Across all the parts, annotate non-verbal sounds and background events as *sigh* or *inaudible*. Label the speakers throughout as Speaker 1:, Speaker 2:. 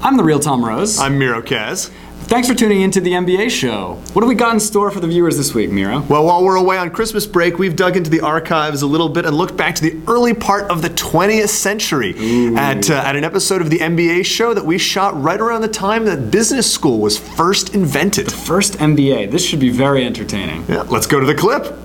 Speaker 1: I'm the real Tom Rose.
Speaker 2: I'm Miro Kaz.
Speaker 1: Thanks for tuning into the NBA show. What have we got in store for the viewers this week, Miro?
Speaker 2: Well, while we're away on Christmas break, we've dug into the archives a little bit and looked back to the early part of the 20th century at, uh, at an episode of the NBA show that we shot right around the time that business school was first invented.
Speaker 1: First NBA. This should be very entertaining.
Speaker 2: Yeah, let's go to the clip.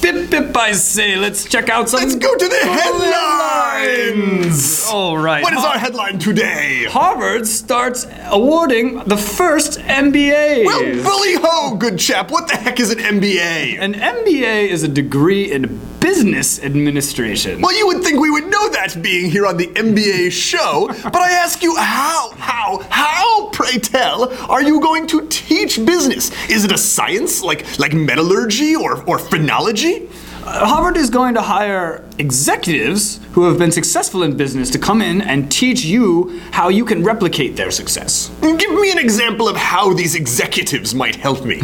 Speaker 1: Bip bip, I say. Let's check out some.
Speaker 2: Let's go to the headlines.
Speaker 1: All right.
Speaker 2: What is
Speaker 1: Har-
Speaker 2: our headline today?
Speaker 1: Harvard starts awarding the first MBA.
Speaker 2: Well, bully ho, good chap. What the heck is an MBA?
Speaker 1: An MBA is a degree in business administration.
Speaker 2: Well, you would think we would know that being here on the MBA show, but I ask you, how, how, how, pray tell, are you going to teach business? Is it a science like like metallurgy or, or phrenology?
Speaker 1: Uh, Harvard is going to hire executives who have been successful in business to come in and teach you how you can replicate their success.
Speaker 2: Give me an example of how these executives might help me.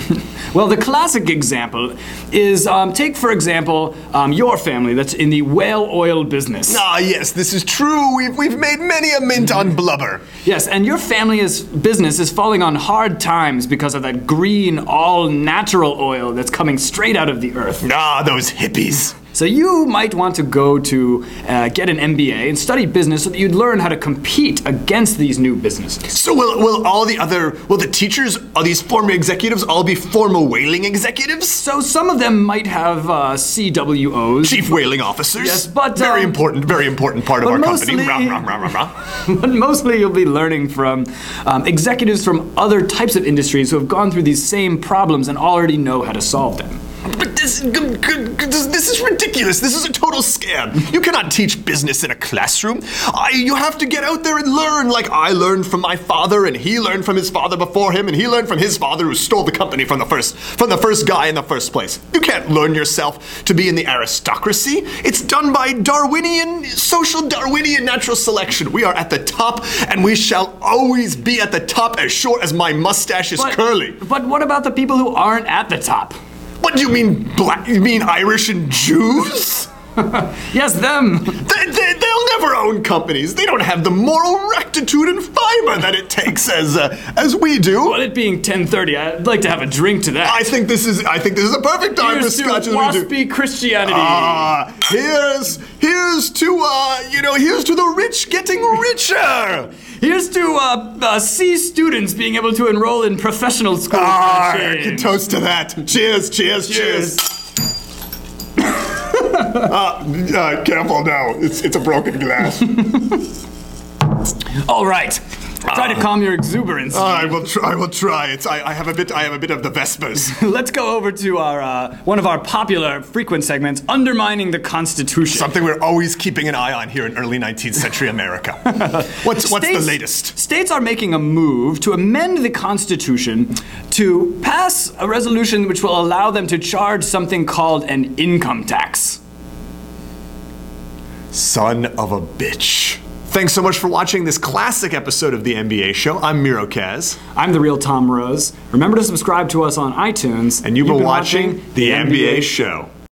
Speaker 1: Well, the classic example is um, take, for example, um, your family that's in the whale oil business.
Speaker 2: ah, yes, this is true. We've, we've made many a mint on blubber.
Speaker 1: Yes, and your family is business is falling on hard times because of that green, all natural oil that's coming straight out of the earth.
Speaker 2: Ah, those hippies.
Speaker 1: So you might want to go to uh, get an MBA and study business so that you'd learn how to compete against these new businesses.
Speaker 2: So will, will all the other, will the teachers, all these former executives all be former whaling executives?
Speaker 1: So some of them might have uh, CWOs.
Speaker 2: Chief whaling officers.
Speaker 1: Yes, but,
Speaker 2: very
Speaker 1: um,
Speaker 2: important, very important part of
Speaker 1: but
Speaker 2: our company.
Speaker 1: mostly-
Speaker 2: Rah, rah, rah, rah, rah.
Speaker 1: but mostly you'll be learning from um, executives from other types of industries who have gone through these same problems and already know how to solve them.
Speaker 2: But this, g- g- g- this, this is ridiculous. This is a total scam. You cannot teach business in a classroom. I, you have to get out there and learn, like I learned from my father, and he learned from his father before him, and he learned from his father who stole the company from the first from the first guy in the first place. You can't learn yourself to be in the aristocracy. It's done by Darwinian, social Darwinian natural selection. We are at the top, and we shall always be at the top, as short as my mustache is curly.
Speaker 1: But what about the people who aren't at the top?
Speaker 2: What do you mean, black? You mean Irish and Jews?
Speaker 1: Yes, them.
Speaker 2: They, they, they'll never own companies. They don't have the moral rectitude and fiber that it takes as uh, as we
Speaker 1: But
Speaker 2: do.
Speaker 1: it being 10:30, I'd like to have a drink to that.
Speaker 2: I think this is I think this is a perfect time
Speaker 1: Here's
Speaker 2: for
Speaker 1: to
Speaker 2: scotch as we do.
Speaker 1: waspy Christianity.
Speaker 2: Ah, here's here's to uh, you know here's to the rich getting richer.
Speaker 1: Here's to uh, uh, C students being able to enroll in professional schools. for a
Speaker 2: Ah, I
Speaker 1: change.
Speaker 2: can toast to that. Cheers, cheers, cheers. *laughs* Uh, uh, careful now, it's it's a broken glass.
Speaker 1: All right. Try
Speaker 2: Ah.
Speaker 1: to calm your exuberance.
Speaker 2: I will try. I will try. It's I, I have a bit. I have a bit of the vespers. *laughs*
Speaker 1: Let's go over to our uh, one of our popular frequent segments, undermining the Constitution.
Speaker 2: Something we're always keeping an eye on here in early 19th century America. What's, what's the
Speaker 1: States-
Speaker 2: latest?
Speaker 1: States are making a move to amend the Constitution to pass a resolution which will allow them to charge something called an income tax.
Speaker 2: Son of a bitch. Thanks so much for watching this classic episode of the NBA show. I'm Miro Kaz,
Speaker 1: I'm the real Tom Rose. Remember to subscribe to us on iTunes.
Speaker 2: and you've, been, watching, The NBA, show. Ah! *laughs* Ah!